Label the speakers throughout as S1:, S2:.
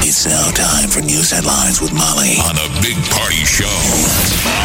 S1: It's now time for news headlines with Molly on the Big Party Show.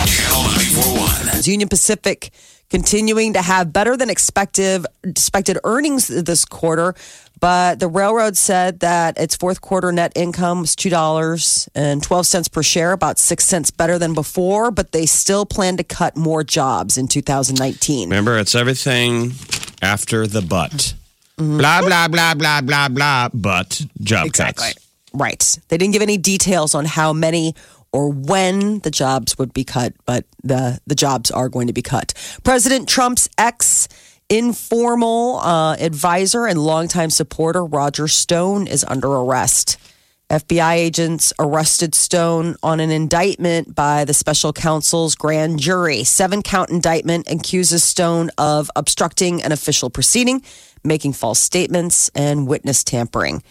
S1: Channel 941.
S2: Union Pacific continuing to have better than expected expected earnings this quarter, but the railroad said that its fourth quarter net income was two dollars and twelve cents per share, about six cents better than before. But they still plan to cut more jobs in 2019.
S3: Remember, it's everything after the but. Blah, blah, blah, blah, blah, blah. But job cuts.
S2: Right. They didn't give any details on how many or when the jobs would be cut, but the, the jobs are going to be cut. President Trump's ex informal uh, advisor and longtime supporter, Roger Stone, is under arrest. FBI agents arrested Stone on an indictment by the special counsel's grand jury. Seven count indictment accuses Stone of obstructing an official proceeding, making false statements, and witness tampering.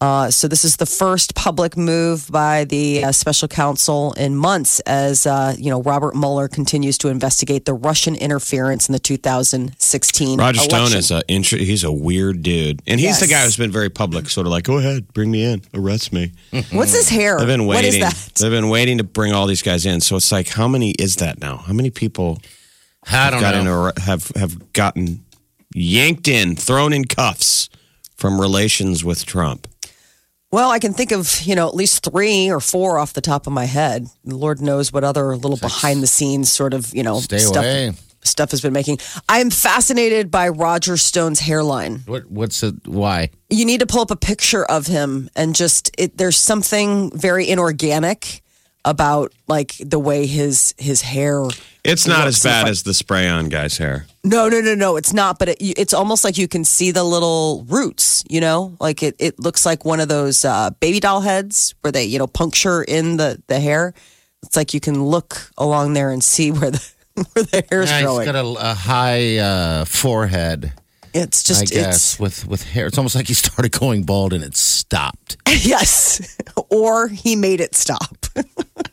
S2: Uh, so this is the first public move by the uh, special counsel in months, as uh, you know Robert Mueller continues to investigate the Russian interference in the 2016
S3: Roger Stone
S2: election.
S3: is a intro- he's a weird dude, and he's the
S2: Yes.
S3: guy who's been very public, sort of like, "Go ahead, bring me in, arrest me."
S2: What's his hair?
S3: They've been
S2: What is
S3: waiting.
S2: that?
S3: They've been waiting to bring all these guys in. So it's like, how many is that now? How many people
S4: I
S3: have
S4: don't
S3: gotten
S4: know.
S3: arre- have have gotten yanked in, thrown in cuffs from relations with Trump?
S2: Well, I can think of, you know, at least three or four off the top of my head. Lord knows what other little behind the scenes sort of, you know,
S4: Stay
S2: stuff,
S4: away.
S2: stuff has been making. I am fascinated by Roger Stone's hairline.
S4: What? What's the why?
S2: You need to pull up a picture of him and just, it, there's something very inorganic about like the way his his hair
S3: It's not
S2: Look,
S3: as
S2: see if
S3: bad
S2: I-
S3: as the spray on guy's hair.
S2: no no no no it's not but it, you- it's almost like you can see the little roots you know like it, it looks like one of those uh, baby doll heads where they you know puncture in the the hair it's like you can look along there and see where the where the hair's
S4: Yeah, he's
S2: growing
S4: got a, a high uh, forehead,
S2: it's just
S4: I
S2: it's
S4: guess, with with hair. It's almost like he started going bald and it stopped.
S2: Yes. Or he made it stop.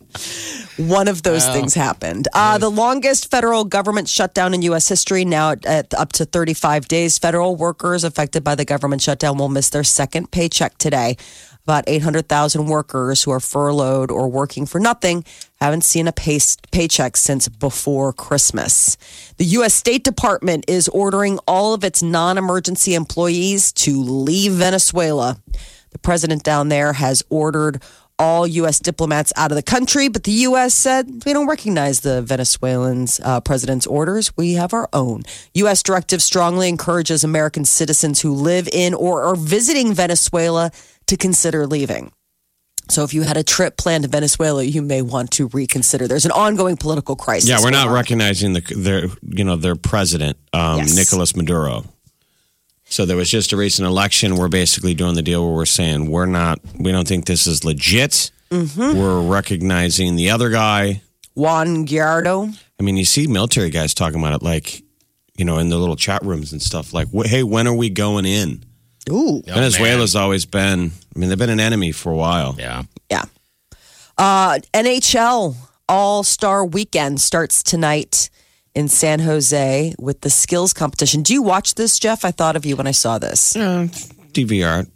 S2: One of those things happened. Uh, the longest federal government shutdown in U.S. history, now at, at up to 35 days. Federal workers affected by the government shutdown will miss their second paycheck today. About 800,000 workers who are furloughed or working for nothing haven't seen a pay- paycheck since before Christmas. The U.S. State Department is ordering all of its non emergency employees to leave Venezuela. The president down there has ordered all U.S. diplomats out of the country, but the U.S. said we don't recognize the Venezuelan's uh, president's orders. We have our own. U.S. directive strongly encourages American citizens who live in or are visiting Venezuela to consider leaving. So, if you had a trip planned to Venezuela, you may want to reconsider. There's an ongoing political crisis.
S3: Yeah, we're not
S2: going on.
S3: recognizing the their you know their president um,
S2: Yes.
S3: Nicolas Maduro. So there was just a recent election. We're basically doing the deal where we're saying we're not we don't think this is legit.
S4: Mm-hmm.
S3: We're recognizing the other guy.
S2: Juan Guaido.
S3: I mean, you see military guys talking about it, like you know, in the little chat rooms and stuff. Like, wh- hey, when are we going in?
S2: Ooh,
S3: Oh, Venezuela's always been. I mean, they've been an enemy for a while.
S4: Yeah.
S2: Yeah. Uh, NHL All Star Weekend starts tonight in San Jose with the skills competition. Do you watch this, Jeff? I thought of you when I saw this.
S3: Yeah, DVR.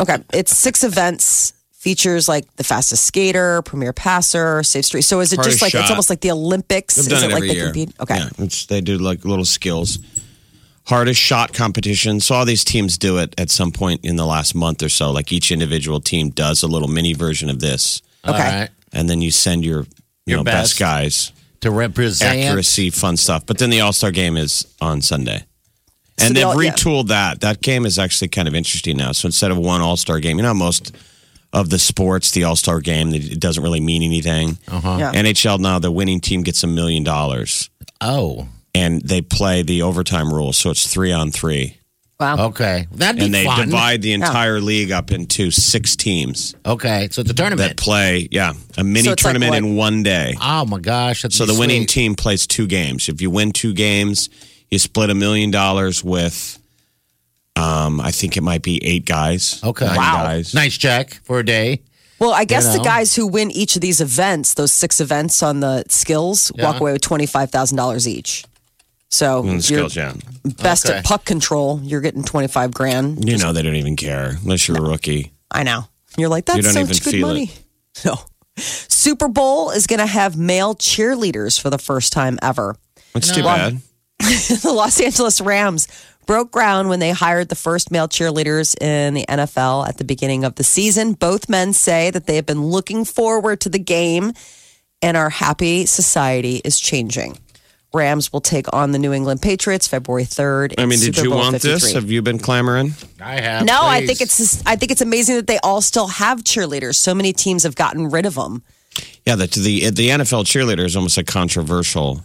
S2: Okay. It's six events, features like the fastest skater, premier passer, safe street. So is it
S3: Hardest
S2: just like, it's
S3: shot.
S2: almost like the Olympics?
S3: They've
S2: is
S3: done it
S2: like
S3: every year.
S2: Okay.
S3: Yeah, it's, they do like little skills, hardest shot competition. So all these teams do it at some point in the last month or so. Like each individual team does a little mini version of this,
S4: All
S2: Okay.
S4: right.
S3: and then you send your you
S4: Your
S3: know best,
S4: best.
S3: guys
S4: To represent
S3: accuracy, fun stuff. But then the All Star game is on Sunday. And
S2: the
S3: they've
S2: all- yeah.
S3: retooled that. That game is actually kind of interesting now. So instead of one All Star game, you know, how most of the sports, the All Star game, it doesn't really mean anything. Uh-huh.
S2: Yeah.
S3: NHL now, the winning team gets a million dollars
S4: Oh,
S3: and they play the overtime rule. So it's three on three.
S2: Wow.
S4: Okay, that'd be
S3: and they
S4: fun.
S3: divide the entire league up into six teams
S4: Okay, so it's a
S3: that
S4: tournament.
S3: play. Yeah, a mini
S2: So it's like
S3: tournament
S2: what?
S3: in one day.
S4: oh my gosh! that'd
S3: So
S4: be
S3: the winning
S4: sweet.
S3: team plays two games. If you win two games, you split a million dollars with, um, I think it might be eight guys.
S4: Okay.
S3: nine
S4: wow.
S3: guys.
S4: Nice check for a day.
S2: Well, I guess
S4: know.
S2: the guys who win each of these events, those six events on the skills, walk
S4: Yeah.
S2: away with $25,000 each. So
S3: Mm,
S2: you're
S3: Skills, yeah.
S2: best
S4: Okay.
S2: at puck control, you're getting 25 grand.
S3: You know they don't even care unless you're a rookie.
S2: I know. You're like, that's
S3: You don't
S2: so
S3: even
S2: much good
S3: feel
S2: money. No. Super Bowl is going to have male cheerleaders for the first time ever.
S3: That's too bad.
S2: the Los Angeles Rams broke ground when they hired the first male cheerleaders in the NFL at the beginning of the season. Both men say that they have been looking forward to the game and our happy society is changing. Rams will take on the New England Patriots February 3rd.
S3: I mean,
S2: It's
S3: did
S2: Super
S3: you
S2: Bowl
S3: want this?
S2: 53.
S3: Have you been clamoring?
S4: I have.
S2: No, I
S4: please.
S2: think it's just, I think it's amazing that they all still have cheerleaders. So many teams have gotten rid of them.
S3: Yeah, the the the NFL cheerleader is almost a controversial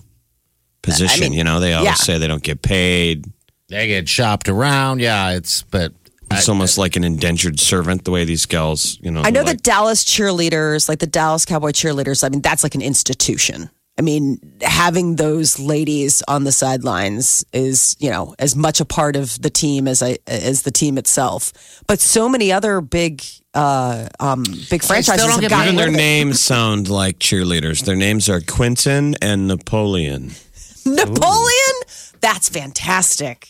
S3: position. you know, they always
S2: yeah.
S3: say they don't get paid.
S4: they get shopped around. Yeah, it's but
S3: It's almost like an indentured servant. The way these gals, you know,
S2: I know
S3: they're
S2: that Dallas cheerleaders, like the Dallas Cowboy cheerleaders, I mean, that's like an institution. I mean, having those ladies on the sidelines is, you know, as much a part of the team as I as the team itself. But so many other big, uh, um, big franchises
S4: don't
S2: have
S3: like,
S4: get
S2: gotten
S3: even
S2: rid
S3: their
S2: of it.
S3: names sound like cheerleaders. Their names are Quentin and Napoleon.
S2: Napoleon. That's fantastic.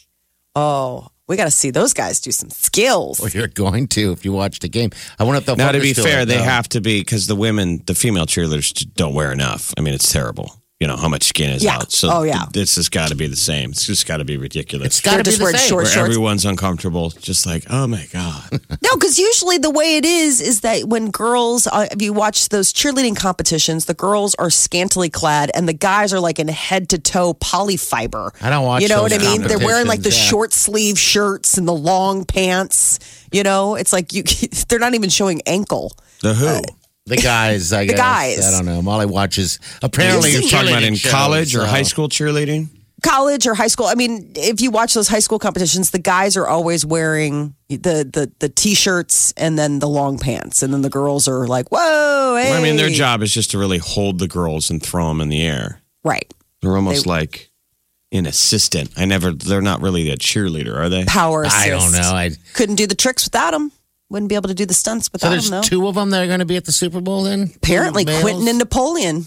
S2: Oh, we got to see those guys do some skills.
S4: well, you're going to if you watch the game. I wonder if they'll.
S3: Now, to
S4: focus
S3: be fair,
S4: it,
S3: they
S4: though.
S3: have to be because the women, the female cheerleaders, j- don't wear enough. I mean, it's terrible. You know how much skin is
S2: Yeah.
S3: out. So
S2: Oh, yeah.
S3: th- this has got to be the same. It's just got to be ridiculous.
S4: It's got to
S2: They're
S4: be
S2: just
S4: the
S2: wearing
S4: same.
S2: short
S3: where
S2: shorts.
S3: everyone's uncomfortable, just like, oh my god.
S2: No, because usually the way it is is that when girls, uh, if you watch those cheerleading competitions, the girls are scantily clad and the guys are like in head to toe polyfiber.
S4: I don't watch
S2: You know
S4: those
S2: what I mean? They're wearing like the
S4: competitions, yeah.
S2: short sleeve shirts and the long pants. You know, it's like you. They're not even showing ankle.
S3: The who?
S4: The guys, I guess.
S2: guys.
S4: I don't know. Molly watches. Apparently,
S3: You're talking about in
S4: cheerleading
S3: college
S4: shows,
S3: or
S4: so-
S3: high school cheerleading?
S2: College or high school. I mean, if you watch those high school competitions, the guys are always wearing the the the t shirts and then the long pants, and then the girls are like, "Whoa!" Hey.
S3: Well, I mean, their job is just to really hold the girls and throw them in the air.
S2: right?
S3: They're almost like an assistant. I never. They're not really a cheerleader, are they?
S2: Power.
S4: I don't
S2: assist.
S4: know. I,
S2: couldn't do the tricks without him. Wouldn't be able to do the stunts
S4: so
S2: without
S4: there's
S2: him, though.
S4: two of them that are going to be at the Super Bowl then?
S2: Apparently,
S4: Males?
S2: Quentin and Napoleon.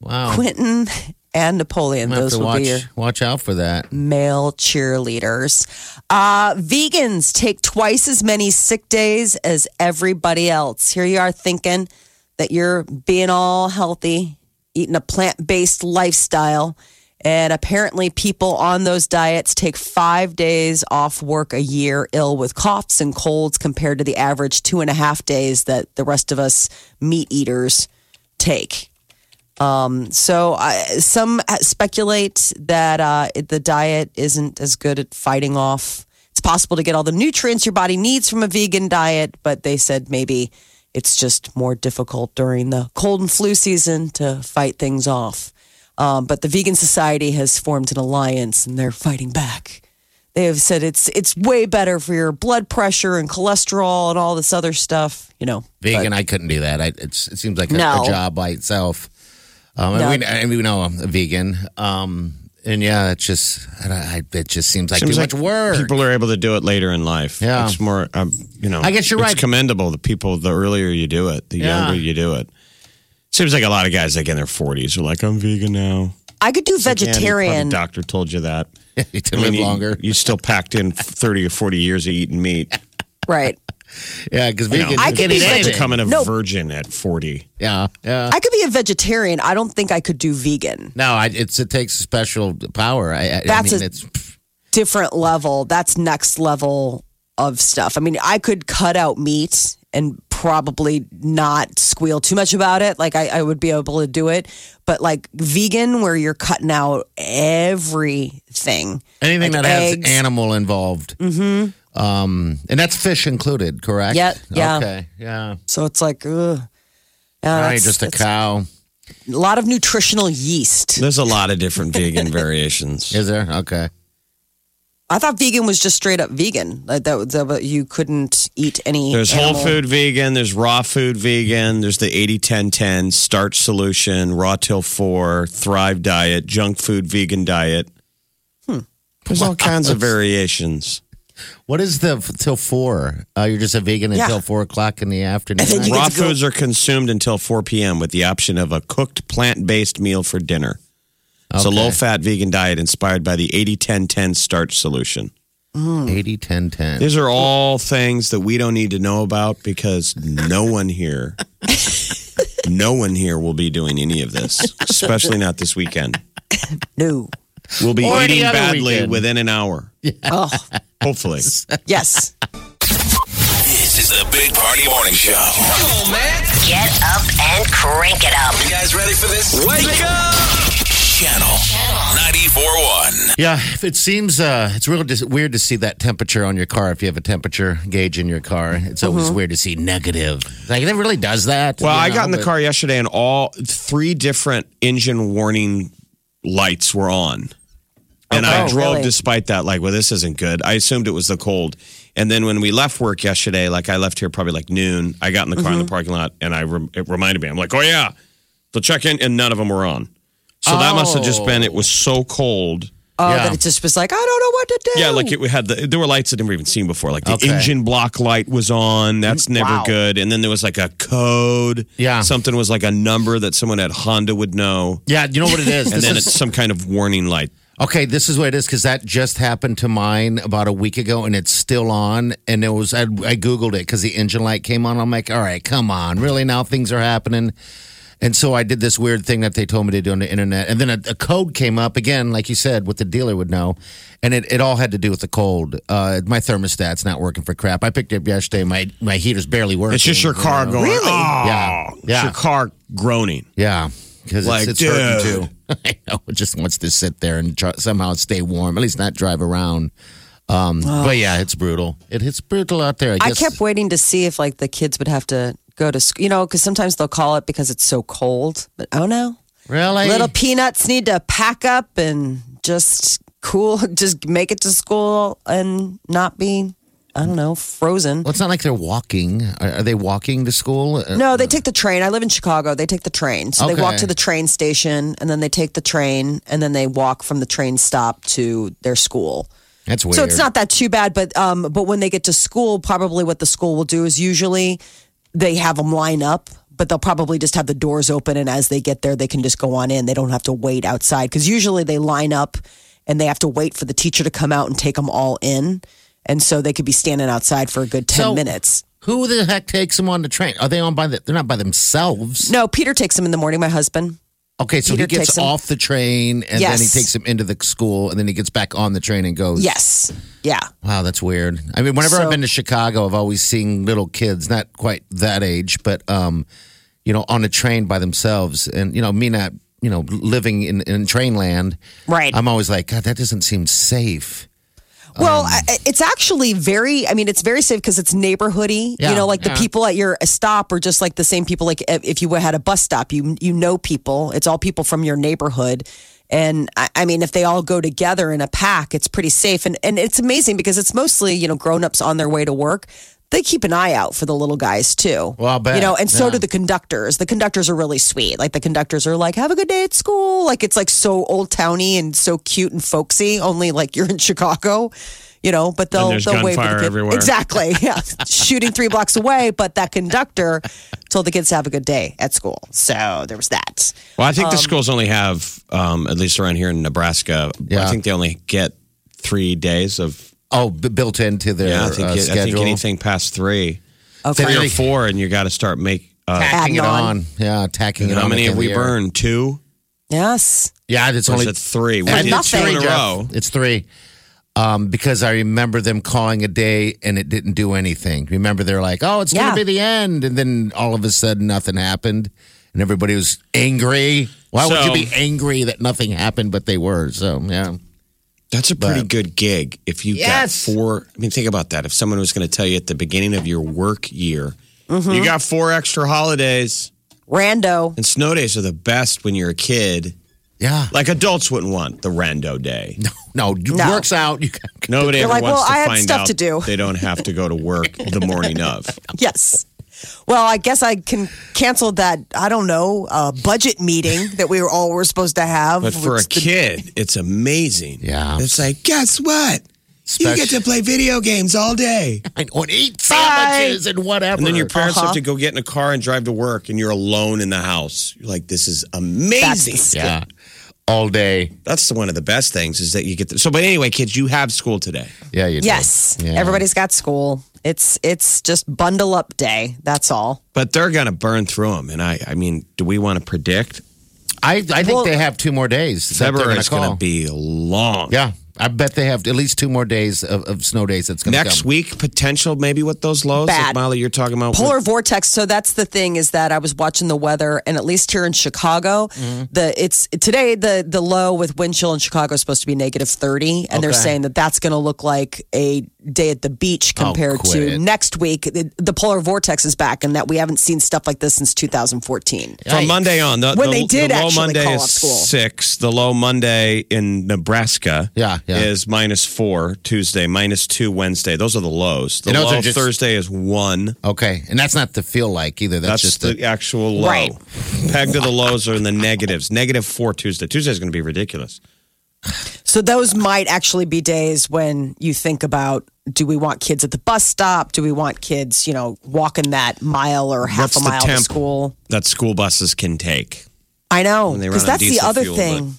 S4: wow.
S2: Quentin and Napoleon.
S4: I have
S2: Those
S4: to
S2: will
S4: watch,
S2: be your
S4: watch out for that.
S2: male cheerleaders. Uh, vegans take twice as many sick days as everybody else. Here you are thinking that you're being all healthy, eating a plant based lifestyle. And apparently, people on those diets take five days off work a year ill with coughs and colds compared to the average two and a half days that the rest of us meat eaters take. So I some speculate that uh, the diet isn't as good at fighting off. It's possible to get all the nutrients your body needs from a vegan diet, but they said maybe it's just more difficult during the cold and flu season to fight things off. Um, but the Vegan Society has formed an alliance and they're fighting back. They have said it's it's way better for your blood pressure and cholesterol and all this other stuff. You know,
S4: Vegan, I couldn't do that. I, it's, it seems like a,
S2: No.
S4: a job by itself. Um,
S2: No.
S4: and, we, and we know I'm a vegan. Um, and yeah, it's just, I, don't- I, it just seems like
S3: Seems
S4: too
S3: like
S4: much work.
S3: People are able to do it later in life.
S4: Yeah.
S3: it's more. Um, you know,
S4: I guess you're
S3: it's
S4: right.
S3: Commendable. The people, the earlier you do it, the
S4: Yeah.
S3: younger you do it. Seems like a lot of guys like in their forties are like, I'm vegan now.
S2: I could do
S3: Yeah, the probably
S2: vegetarian.
S3: doctor told you that.
S4: You to live
S3: you-
S4: longer.
S3: You, still packed in thirty or forty years of eating meat.
S2: right.
S4: yeah, because vegan,
S2: I
S4: you
S2: could
S4: can
S2: be
S4: eat anything.
S3: Becoming a
S2: No.
S3: virgin at forty.
S4: Yeah, yeah.
S2: I could be a vegetarian. I don't think I could do vegan.
S4: No, I, it's it takes special power. I, I,
S2: That's
S4: I mean,
S2: a-
S4: it's
S2: different level. That's next level of stuff. I mean, I could cut out meat and probably not squeal too much about it. Like I, I would be able to do it. But like vegan, where you're cutting out everything.
S4: anything
S2: like
S4: that has
S2: eggs.
S4: animal involved. Mm-hmm. Um, and that's fish included, correct?
S2: Yeah, yeah.
S4: Okay. Yeah.
S2: So it's like, ugh.
S4: All
S2: Yeah,
S4: right,
S2: that's-
S4: just a
S2: that's
S4: cow.
S2: a lot of nutritional yeast.
S3: There's a lot of different vegan variations.
S4: Is there? Okay.
S2: I thought vegan was just straight up vegan. Like that, was- that you couldn't eat any.
S3: There's
S2: animal.
S3: whole food vegan, there's raw food vegan, there's the 80 10 10 starch solution, raw till 4, thrive diet, junk food vegan diet. There's all kinds of variations.
S4: What is the f- till four? Uh, you're just a vegan
S2: Yeah.
S4: until four o'clock in the afternoon.
S2: And then you
S3: Raw
S2: get to go-
S3: foods are consumed until 4 p.m. with the option of a cooked plant based meal for dinner. It's a
S4: Okay.
S3: low fat vegan diet inspired by the 80 10 10 starch solution.
S4: 80, 10, 10.
S3: These are all things that we don't need to know about because no one here, no one here will be doing any of this, especially not this weekend.
S2: No.
S3: We'll be
S4: Or any
S3: eating
S4: other
S3: badly
S4: weekend.
S3: within an hour,
S2: Oh,
S3: hopefully.
S2: yes.
S1: This is the Big Party Morning Show. Come on, man.
S5: Get up and crank it up.
S1: You guys ready for this? Wake, up! Channel 94.1.
S4: Yeah, if it seems uh, it's real dis- weird to see that temperature on your car. If you have a temperature gauge in your car, it's always
S3: Mm-hmm.
S4: weird to see negative. Like it really does that.
S3: Well,
S4: you
S3: I
S4: know,
S3: got in the
S4: but-
S3: car yesterday and all three different engine warning lights were on. And I
S2: Oh,
S3: drove
S2: really?
S3: despite that, like, well, this isn't good. I assumed it was the cold. And then when we left work yesterday, like, I left here probably like noon. I got in the car in
S4: Mm-hmm.
S3: the parking lot and I rem- it reminded me, I'm like, oh, yeah, the check in, and none of them were on. So that must have just been, it was so cold.
S2: Oh,
S4: Yeah.
S2: that it just was like I don't know what to do.
S3: Yeah, like it we had the there were lights I'd never even seen before. Like the
S4: Okay.
S3: engine block light was on. That's never
S4: Wow.
S3: good. And then there was like a code.
S4: Yeah.
S3: Something was like a number that someone at Honda would know.
S4: Yeah, you know what it is.
S3: And
S4: This
S3: then
S4: is-
S3: it's some kind of warning light.
S4: Okay, this is what it is because that just happened to mine about a week ago, and it's still on. And it was I, I googled it because the engine light came on. I'm like, all right, come on, really? Now things are happening. And so I did this weird thing that they told me to do on the internet, and then a, a code came up again, like you said, what the dealer would know, and it, it all had to do with the cold. Uh, my thermostat's not working for crap. I picked it up yesterday. My my heater's barely working.
S3: It's just your car going. "Ah." Really?
S4: Yeah, yeah.
S3: It's your car groaning.
S4: Yeah, because
S3: Like,
S4: it's, it's hurting
S3: dude.
S4: too. I know. It just wants to sit there and try, somehow stay warm. At least not drive around. Um, But yeah, it's brutal. It, it's brutal out there. I,
S2: I
S4: guess.
S2: kept waiting to see if like the kids would have to go to school, you know, because sometimes they'll call it because it's so cold. But oh no,
S4: really
S2: little peanuts need to pack up and just cool, just make it to school and not be, I don't know, frozen.
S4: Well, it's not like they're walking. Are, are they walking to school? Uh,
S2: No, they take the train. I live in Chicago. They take the train. So they walk
S4: Okay.
S2: to the train station and then they take the train and then they walk from the train stop to their school.
S4: That's weird.
S2: So it's not that too bad, but um, but when they get to school, probably what the school will do is usually they have them line up, but they'll probably just have the doors open, and as they get there, they can just go on in. They don't have to wait outside because usually they line up and they have to wait for the teacher to come out and take them all in, and so they could be standing outside for a good ten
S4: So-
S2: minutes.
S4: Who the heck takes them on the train? Are they on by the? They're not by themselves.
S2: No, Peter takes them in the morning. My husband.
S4: Okay, so
S2: Peter
S4: he
S2: takes
S4: gets
S2: 'em.
S4: off the train and then he
S2: Yes.
S4: takes them into the school and then he gets back on the train and goes.
S2: Yes. Yeah.
S4: Wow, that's weird. I mean, whenever
S2: So-
S4: I've been to Chicago, I've always seen little kids, not quite that age, but um, you know, on a train by themselves, and you know, me not, you know, living in, in train land,
S2: Right.
S4: I'm always like, God, that doesn't seem safe.
S2: Well, I I- it's actually very. I mean, it's very safe because it's neighborhoody.
S4: Yeah,
S2: you know, like the
S4: yeah.
S2: people at your stop are just like the same people. Like if if you had a bus stop, you you know people. It's all people from your neighborhood. And I, I mean, if they all go together in a pack, it's pretty safe. And and it's amazing because it's mostly you know grown ups on their way to work. They keep an eye out for the little guys too.
S4: Well, I'll bet.
S2: you know, and so
S4: Yeah.
S2: do the conductors. The conductors are really sweet. Like the conductors are like, "Have a good day at school." Like it's like so old towny and so cute and folksy. Only like you're in Chicago, you know. But they'll
S3: there's
S2: they'll wave at the
S3: gunfire
S2: kid.
S3: everywhere.
S2: Exactly. Yeah, shooting three blocks away, but that conductor told the kids to have a good day at school. So there was that.
S3: Well, I think the schools only have, um, at least around here in Nebraska, I
S4: Yeah.
S3: think they only get three days of.
S4: Oh, b- built into their
S3: Yeah, I think, it-
S4: uh,
S3: I think
S4: schedule.
S3: anything past three,
S2: Okay.
S3: three or
S4: Really?
S3: four, and you got to start make. Uh,
S4: tacking it
S2: Adding on.
S4: on. yeah, tacking it on.
S3: how
S4: at
S3: many
S4: the
S3: have
S4: end of
S3: we
S4: the year.
S3: burned? Two.
S2: Yes.
S4: Yeah, it's
S3: Or is
S4: only
S3: it three? We
S4: I
S3: did
S4: did
S3: two
S2: nothing.
S3: in a
S4: Jeff.
S3: row.
S4: It's three. Um, because I remember them calling a day and it didn't do anything. Remember, they're like, "Oh, it's
S2: Yeah.
S4: going to be the end," and then all of a sudden, nothing happened, and everybody was angry. Why would
S3: So-
S4: you be angry that nothing happened? But they were. So yeah,
S3: That's a pretty
S4: But-
S3: good gig if you
S4: Yes.
S3: got four. I mean, think about that. If someone was going to tell you at the beginning of your work year,
S2: Mm-hmm.
S3: you got four extra holidays,
S2: Rando.
S3: and snow days are the best when you're a kid.
S4: Yeah.
S3: Like adults wouldn't want the rando day.
S4: No, it
S2: No.
S4: works out. You can,
S3: Nobody
S2: They're
S3: ever
S2: like,
S3: wants
S2: "Well,
S3: to
S2: I had
S3: find
S2: stuff
S3: out
S2: to do."
S3: they don't have to go to work the morning of.
S2: Yes. Well, I guess I can cancel that. I don't know uh, budget meeting that we were all were supposed to have.
S3: But for a
S2: It's the-
S3: kid, it's amazing.
S4: Yeah.
S3: It's like, guess what? You get to play video games all day.
S4: I know, and eat sandwiches and whatever.
S3: And then your parents
S2: Uh-huh.
S3: have to go get in a car and drive to work, and you're alone in the house. You're like, this is amazing.
S2: That's-
S4: yeah, all day.
S3: That's the, one of the best things is that you get. The, so, but anyway, kids, you have school today.
S4: Yeah, you. do.
S2: Yes,
S4: Yeah.
S2: everybody's got school. It's it's just bundle up day. That's all.
S3: But they're gonna burn through them, and I, I mean, do we want to predict
S4: I, I think
S2: Well-
S4: they have two more days. that they're
S3: February is
S4: gonna
S3: gonna
S4: call.
S3: be long?
S4: Yeah, I bet they have at least two more days of, of snow days. That's going to
S3: Next week, potential maybe with those lows,
S2: Bad.
S3: like Molly, you're talking about.
S2: Polar vortex. So that's the thing is that I was watching the weather, and at least here in Chicago,
S4: Mm-hmm.
S2: the it's today the the low with wind chill in Chicago is supposed to be negative thirty, and they're saying that that's going to look like a day at the beach compared to
S4: Oh, quit.
S2: next week. The, the polar vortex is back, and that we haven't seen stuff like this since 2014.
S3: From Monday on, the,
S2: When
S3: the,
S2: they did
S3: the low
S2: actually
S3: Monday
S2: call
S3: is
S2: off school.
S3: six. The low Monday in Nebraska,
S4: Yeah, yeah.
S3: is minus four. Tuesday minus two. Wednesday, those are the lows. The
S4: And those
S3: low
S4: are just-
S3: Thursday is one.
S4: Okay, and that's not the feel like either.
S3: That's,
S4: That's, just
S3: the
S4: the,
S3: actual low.
S2: Right.
S3: Peg to the lows are in the negatives. Negative four Tuesday. Tuesday's going to be ridiculous.
S2: So those might actually be days when you think about do we want kids at the bus stop? Do we want kids, you know, walking that mile or half
S3: What's
S2: a
S3: the
S2: mile to
S3: temp
S2: school?
S3: that school buses can take.
S2: I know
S3: When they
S2: because
S3: run on
S2: that's the
S3: diesel
S2: other
S3: fuel,
S2: thing.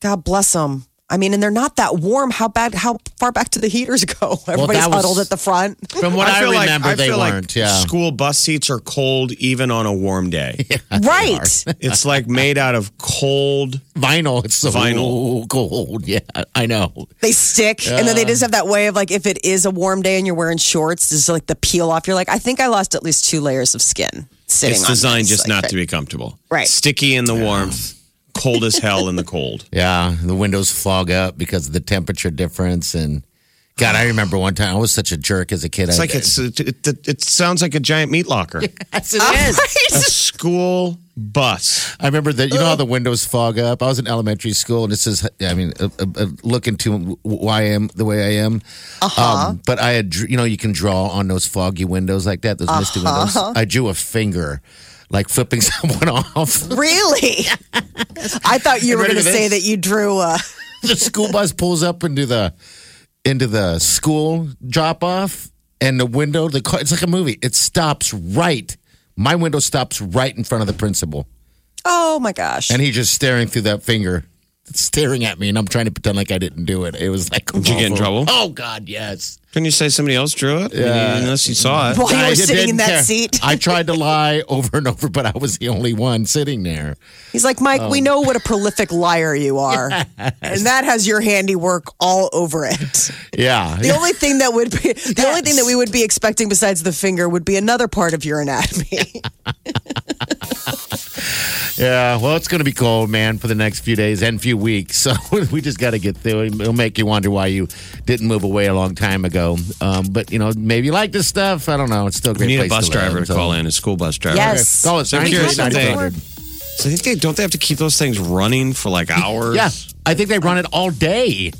S2: God bless them. I mean, and they're not that warm. How bad? How far back do the heaters go? Everybody's
S4: that was-
S2: huddled at the front.
S4: from what I, remember
S3: I
S4: they
S3: feel
S4: weren't.
S3: Like
S4: yeah,
S3: School bus seats are cold even on a warm day.
S2: right.
S3: It's like made out of cold.
S4: vinyl. It's so
S3: Vinyl.
S4: cold. Yeah, I know.
S2: They stick, and then they just have that way of like, if it is a warm day and you're wearing shorts, just like the peel off. You're like, I think I lost at least two layers of skin sitting.
S3: It's
S2: on
S3: designed
S2: this.
S3: just
S2: Like,
S3: not to be comfortable.
S2: Right.
S3: Sticky in the warmth, cold as hell in the cold.
S4: Yeah, the windows fog up because of the temperature difference. And God, I remember one time I was such a jerk as a kid.
S3: It's
S4: I,
S3: like it's it, it, it sounds like a giant meat locker.
S4: Yes, it is.
S3: A school bus.
S4: I remember that. You know how the windows fog up. I was in elementary school, and this is, I mean, uh, uh, uh, looking to why I am the way I am. Uh-huh. Um, but I had, dr- you know, you can draw on those foggy windows like that, those misty windows. I drew a finger, like flipping someone off.
S2: Really? I thought you were
S4: ready
S2: going to
S4: for
S2: say
S4: this?
S2: that you drew a.
S4: the school bus pulls up into the into the school drop off and the window the car it's like a movie it stops right my window stops right in front of the principal
S2: Oh my gosh.
S4: and he's just staring through that finger staring at me and i'm trying to pretend like i didn't do it it was like
S3: Did you get in trouble?
S4: oh god yes
S3: Can you say somebody else drew it? Yeah. Unless you saw it.
S2: While you
S4: I
S2: were sitting in
S4: didn't
S2: that
S4: care.
S2: seat,
S4: i tried to lie over and over but i was the only one sitting there
S2: he's like, Mike,
S4: Oh.
S2: we know what a prolific liar you are. And that has your handiwork all over it.
S4: yeah
S2: The only thing that would be, the only thing that we would be expecting besides the finger would be another part of your anatomy.
S4: Yeah, well, it's going to be cold, man, for the next few days and few weeks. So we just got to get through it. It'll make you wonder why you didn't move away a long time ago. Um, but, you know, maybe you like this stuff. I don't know. It's still a
S3: We
S4: great
S3: need a
S4: place
S3: bus
S4: to
S3: driver to
S4: live, so-
S3: call in, a school bus driver.
S2: Yes.
S4: Call us
S3: So I'm curious if they-
S4: 938-9200.
S3: So I think they don't they have to keep those things running for like hours?
S4: Yeah, I think they run it all day.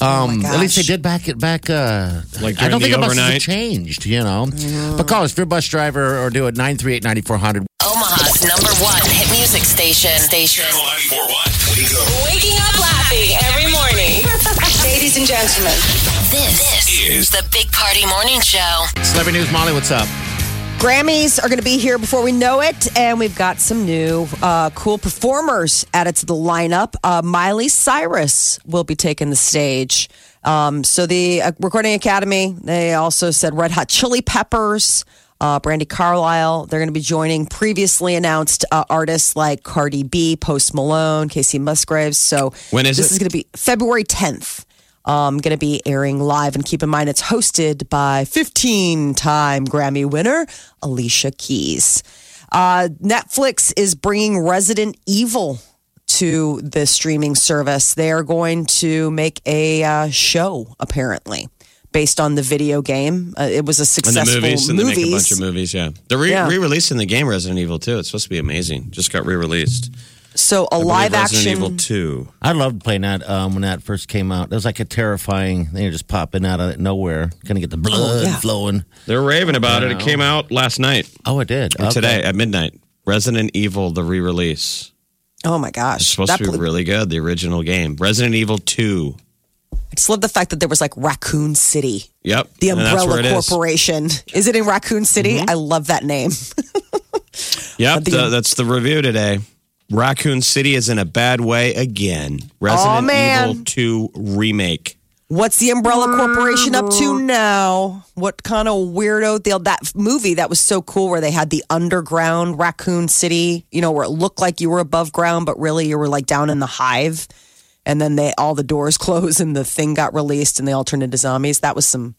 S4: Um,
S2: my
S4: at least they
S2: gosh.
S4: did back it back. Uh,
S3: Like
S4: I don't think
S3: during the
S4: the buses have
S3: overnight?
S4: changed, you know. But call us if you're a bus driver or do it 938 9400.
S5: Omaha's number one hit music station. Station.
S1: Channel 941. Wake up.
S6: Waking up laughing every morning. Ladies and gentlemen,
S5: This, is the Big Party Morning Show.
S4: Celebrity News, Molly, what's up?
S2: Grammys are going to be here before we know it, and we've got some new uh, cool performers added to the lineup. Uh, Miley Cyrus will be taking the stage. Um, so the uh, Recording Academy, they also said Red Hot Chili Peppers, uh, Brandy Carlisle. They're going to be joining previously announced uh, artists like Cardi B, Post Malone, Casey Musgraves. So
S3: When is
S2: this
S3: it?
S2: is going to be February 10th um, going to be airing live. And keep in mind, it's hosted by 15 time Grammy winner Alicia Keys. Uh, Netflix is bringing Resident Evil to the streaming service. They are going to make a uh, show, apparently, based on the video game. Uh, it was a
S3: And the
S2: successful
S3: movies, and they make a bunch of movies. Yeah, they're re-
S2: Yeah.
S3: releasing the game Resident Evil 2. It's supposed to be amazing. Just got re-released.
S2: So a live
S3: Resident
S2: action.
S3: Evil 2.
S4: I loved playing that um, when that first came out. It was like a terrifying thing, just popping out of nowhere, gonna get the
S2: Oh,
S4: blood
S2: yeah.
S4: flowing.
S3: They're raving about it. It came out last night
S4: Oh, it did
S3: or
S4: Okay.
S3: today at midnight. Resident Evil, the re release.
S2: Oh my
S3: It's
S2: gosh!
S3: supposed
S2: That
S3: to be
S2: blew-
S3: really good, the original game. Resident Evil 2.
S2: I just love the fact that there was like Raccoon City,
S3: Yep.
S2: the
S3: And that's where
S2: Umbrella
S3: it is. Mm-hmm.
S2: Corporation. Is. it in Raccoon City? I love that name. uh,
S3: Yep, the-
S2: um-
S3: that's the review today. Raccoon City is in a bad way again. Resident
S2: man.
S3: Evil 2 remake.
S2: What's the Umbrella Corporation up to now? What kind of weirdo deal? That movie that was so cool where they had the underground Raccoon City, you know, where it looked like you were above ground, but really you were like down in the hive. And then they all the doors closed and the thing got released and they all turned into zombies. That was some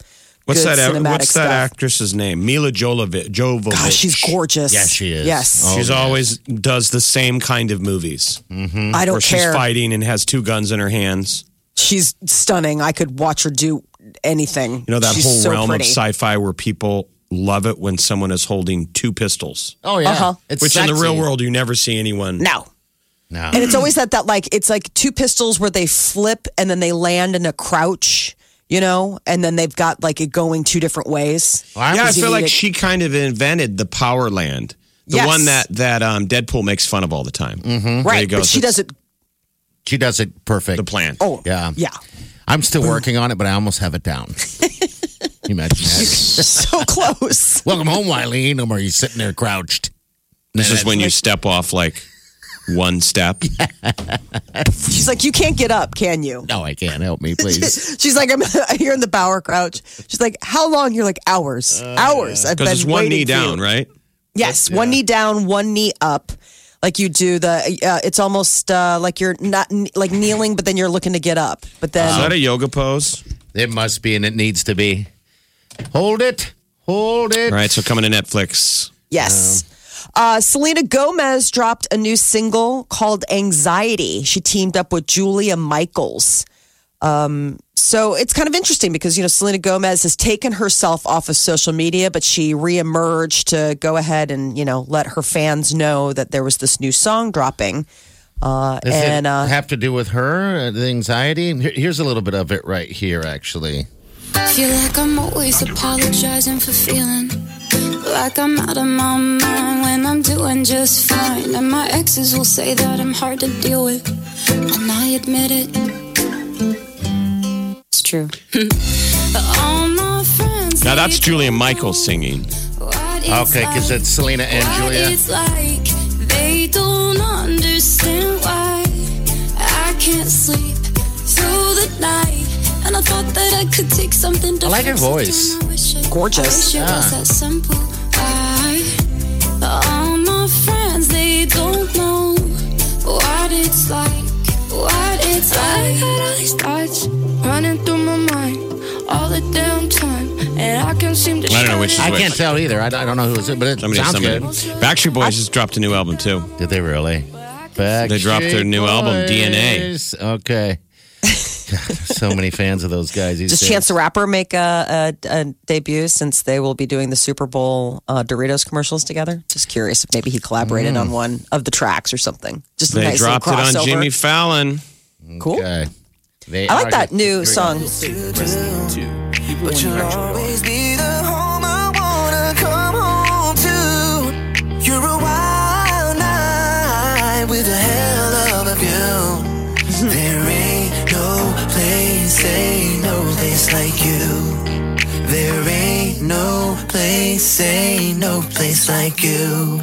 S3: What's
S2: good
S3: that?
S2: cinematic
S3: What's
S2: stuff.
S3: that actress's name? Mila Jolovi- Jovovich.
S2: Gosh, she's gorgeous.
S4: Yeah, she is.
S2: Yes.
S4: Oh.
S3: She's always does the same kind of movies
S2: I
S3: Mm-hmm. where
S2: don't
S3: she's
S2: Mm. care.
S3: fighting and has two guns in her hands.
S2: She's stunning. I could watch her do anything.
S3: You know that
S2: She's
S3: whole
S2: so
S3: realm
S2: pretty.
S3: of sci-fi where people love it when someone is holding two pistols,
S4: Oh yeah,
S2: Uh-huh.
S4: it's
S3: which in the
S4: sexy.
S3: real world you never see anyone.
S2: No.
S4: No.
S2: And it's always that that like it's like two pistols where they flip and then they land in a crouch, you know, and then they've got like it going two different ways.
S4: Well,
S3: Yeah, I
S4: was-
S3: feel like
S2: it.
S3: she kind of invented the power land, the
S2: Yes.
S3: one that that um, Deadpool makes fun of all the time. Mm-hmm.
S2: Right. But she does it
S4: she does it perfect.
S3: the plan.
S2: oh
S4: Yeah.
S2: Yeah.
S4: I'm still working on it, but I almost have it down. Can you imagine that?
S2: so close.
S4: Welcome home, Wileen. Or are you sitting there crouched?
S3: this is when you step off like one step.
S2: She's like, You can't get up, can you?
S4: No, I can't help me, please.
S2: She's like, I'm here in the bower crouch. She's like, How long? You're like, hours. hours. I've been
S3: Uh, Because it's one knee
S2: waiting for you."
S3: down, right?
S2: Yes, one knee down, one knee up. Like you do the, uh, it's almost uh, like you're not like kneeling, but then you're looking to get up. But then,
S3: Is that a yoga pose?
S4: it must be, and it needs to be. Hold it. Hold it.
S3: All right, so coming to Netflix.
S2: yes. Uh, Selena Gomez dropped a new single called Anxiety. She teamed up with Julia Michaels. Um, So it's kind of interesting because, you know, Selena Gomez has taken herself off of social media, but she reemerged to go ahead and, you know, let her fans know that there was this new song dropping. Uh,
S4: Does
S2: and
S4: it
S2: uh,
S4: have to do with her uh, the anxiety? Here- Here's a little bit of it right here, actually.
S7: Feel like I'm always apologizing for feeling like I'm out of my mind when I'm doing just fine. And my exes will say that I'm hard to deal with, and I admit it. It's true. But all my friends.
S3: Now that's Julian Michaels singing.
S4: Okay, because it's Selena and Julia.
S7: It's like they don't understand why I can't sleep through the night. And I thought that I could take something to
S4: I like her
S7: fix it,
S4: voice.
S7: and I wish it-
S2: Gorgeous.
S7: I wish it was that simple. I- all my friends, they don't know what it's like. What it's like. I got all these thoughts running through my mind all the damn time. And I can seem to
S3: I don't know which is
S4: I
S3: which.
S4: can't tell either. I, I don't know who is it, but it
S3: Somebody,
S4: sounds
S3: somebody.
S4: good.
S3: Backstreet Boys just dropped a new album too.
S4: Did they really? Back
S3: They dropped their new album, DNA.
S4: Okay. so many fans of those guys. These
S2: Does
S4: days.
S2: Chance the Rapper make a, a, a debut since they will be doing the Super Bowl uh, Doritos commercials together? Just curious if maybe he collaborated on one of the tracks or something. Just a
S3: Mm. They
S2: nice little
S3: dropped it on
S2: crossover.
S3: Jimmy Fallon.
S2: Cool.
S4: Okay. They
S2: I
S4: are
S2: like that
S4: good. Here
S2: new
S4: we go.
S2: song.
S8: But you'll always be the home I wanna come home to. You're a wild night with a hell of a view. there ain't no place, ain't no place like you. There ain't no place, ain't no place like you.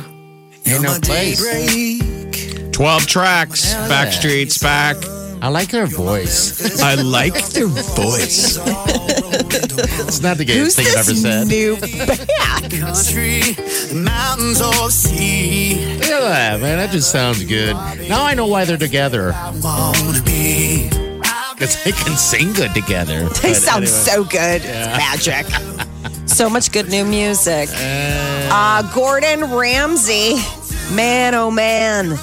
S4: Ain't no
S8: my
S4: place.
S8: daybreak.
S3: Twelve tracks. Backstreet's back.
S4: I like her voice.
S3: I like their voice.
S4: It's not the
S2: Who's
S4: gayest thing I've ever
S2: this
S4: said.
S2: new band?
S8: Country, mountains or sea,
S4: Look at that, man. That just sounds good. Now I know why they're together.
S8: I wanna be.
S4: Because they can sing good together. uh,
S2: They sound so good. It's magic. so much good new music. Uh, Gordon Ramsay, man, oh man.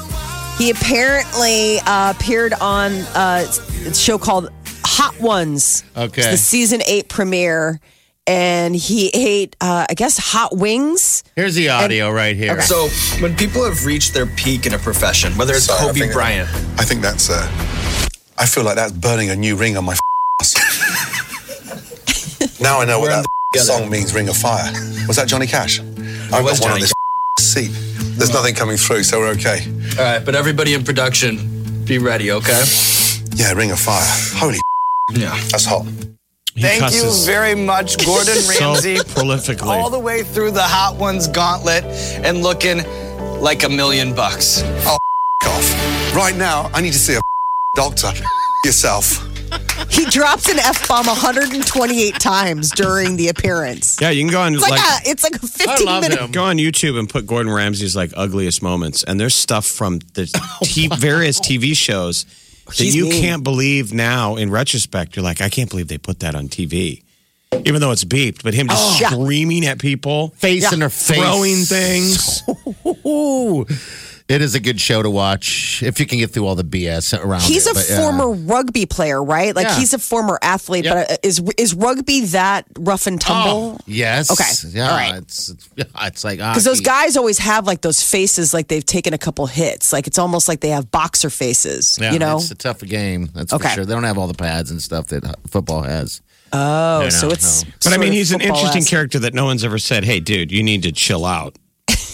S2: He apparently uh, appeared on uh, a show called Hot Ones.
S4: Okay.
S2: It's the season eight premiere. and he ate, uh, I guess, hot wings.
S4: Here's the audio right here.
S9: So, when people have reached their peak in a profession, whether it's
S10: Sorry, I
S9: Kobe
S10: think- uh,
S9: Bryant,
S10: I think that's. Uh, I feel like that's burning a new ring on my ass. now I know what that song means. Ring of fire. Was that Johnny Cash? I've got
S9: was
S10: one on
S9: Johnny
S10: this seat. There's nothing coming through, so we're okay.
S9: all right, but everybody in production, be ready, okay?
S10: Yeah, ring of fire. Holy.
S9: Yeah.
S10: That's hot.
S11: Thank you very much, Gordon
S3: so
S11: Ramsay.
S3: prolifically.
S11: all the way through the Hot Ones gauntlet and looking like a million bucks.
S10: Oh, off. Right now, I need to see a doctor. Yourself.
S2: He drops an F bomb 128 times during the appearance.
S3: Yeah, you can go on.
S2: It's like,
S3: like
S2: a, it's like a 15 minute.
S3: Go on YouTube and put Gordon Ramsay's like ugliest moments, and there's stuff from the
S11: Oh
S3: t- various TV shows that
S2: He's
S3: you
S2: mean.
S3: can't believe now in retrospect. You're like, I can't believe they put that on TV, even though it's beeped. But him just
S11: Oh.
S4: Yeah.
S3: screaming at people,
S4: Face in her face.
S3: throwing things.
S4: Ooh. It is a good show to watch if you can get through all the BS around
S2: He's
S4: it.
S2: a
S4: but yeah.
S2: former rugby player, right? Like
S4: Yeah.
S2: he's a former athlete, but uh, is is rugby that rough and tumble?
S4: Oh, Yes.
S2: Okay.
S4: Yeah.
S2: All right.
S4: It's, it's, it's like ah,
S2: Because those
S4: hockey.
S2: guys always have like those faces, like they've taken a couple hits. Like it's almost like they have boxer faces,
S4: Yeah,
S2: you know?
S4: it's a tough game. That's
S2: Okay.
S4: for sure. They don't have all the pads and stuff that football has.
S2: Oh,
S4: I
S2: so
S4: don't
S2: it's.
S4: know.
S3: But I
S2: sort
S3: mean,
S2: of
S3: he's an
S2: football
S3: interesting
S2: esque.
S3: character that no one's ever said, "Hey, dude, you need to chill out."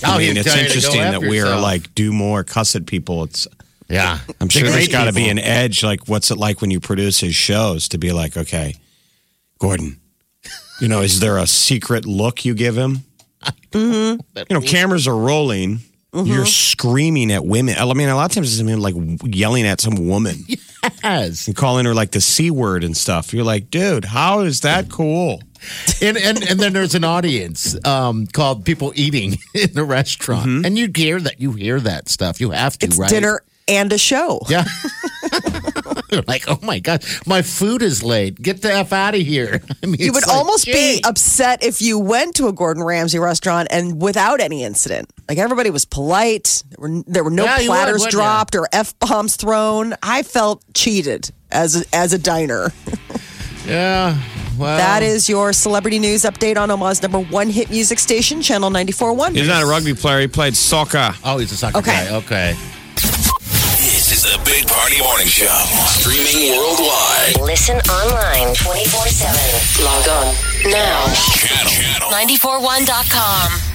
S4: Oh,
S3: I mean, it's interesting that we're like do more cuss at people. It's
S4: yeah.
S3: I'm sure
S4: They're
S3: there's
S4: great
S3: got to be an
S4: people.
S3: edge. Like, what's it like when you produce his shows to be like, okay, Gordon, you know, is there a secret look you give him? You know, cameras are rolling. You're screaming at women. I mean, a lot of times it's him like yelling at some woman
S4: Yes.
S3: and calling her like the c word and stuff. You're like, dude, how is that cool?
S4: and, and and then there's an audience um, called people eating in a restaurant,
S3: Mm-hmm.
S4: and you hear that you hear that stuff. You have to
S2: It's
S4: right?
S2: dinner and a show.
S4: Yeah. They're like, oh my god, my food is late. Get the f out of here. I mean,
S2: You
S4: it's
S2: would
S4: like,
S2: almost
S4: "Gee."
S2: be upset if you went to a Gordon Ramsay restaurant and without any incident. Like everybody was polite. There were, there were no
S4: Yeah, you would,
S2: platters
S4: wouldn't you?
S2: dropped or f bombs thrown. I felt cheated as a, as a diner.
S4: Yeah. Well,
S2: That is your celebrity news update on Omaha's number one hit music station, Channel 94.1.
S3: He's not a rugby player. He played soccer.
S4: Oh, he's a soccer
S2: Okay.
S4: guy. Okay.
S1: This is the Big Party Morning Show. Streaming worldwide.
S5: Listen online 24 7. Log on now.
S1: Channel, channel
S5: 941.com.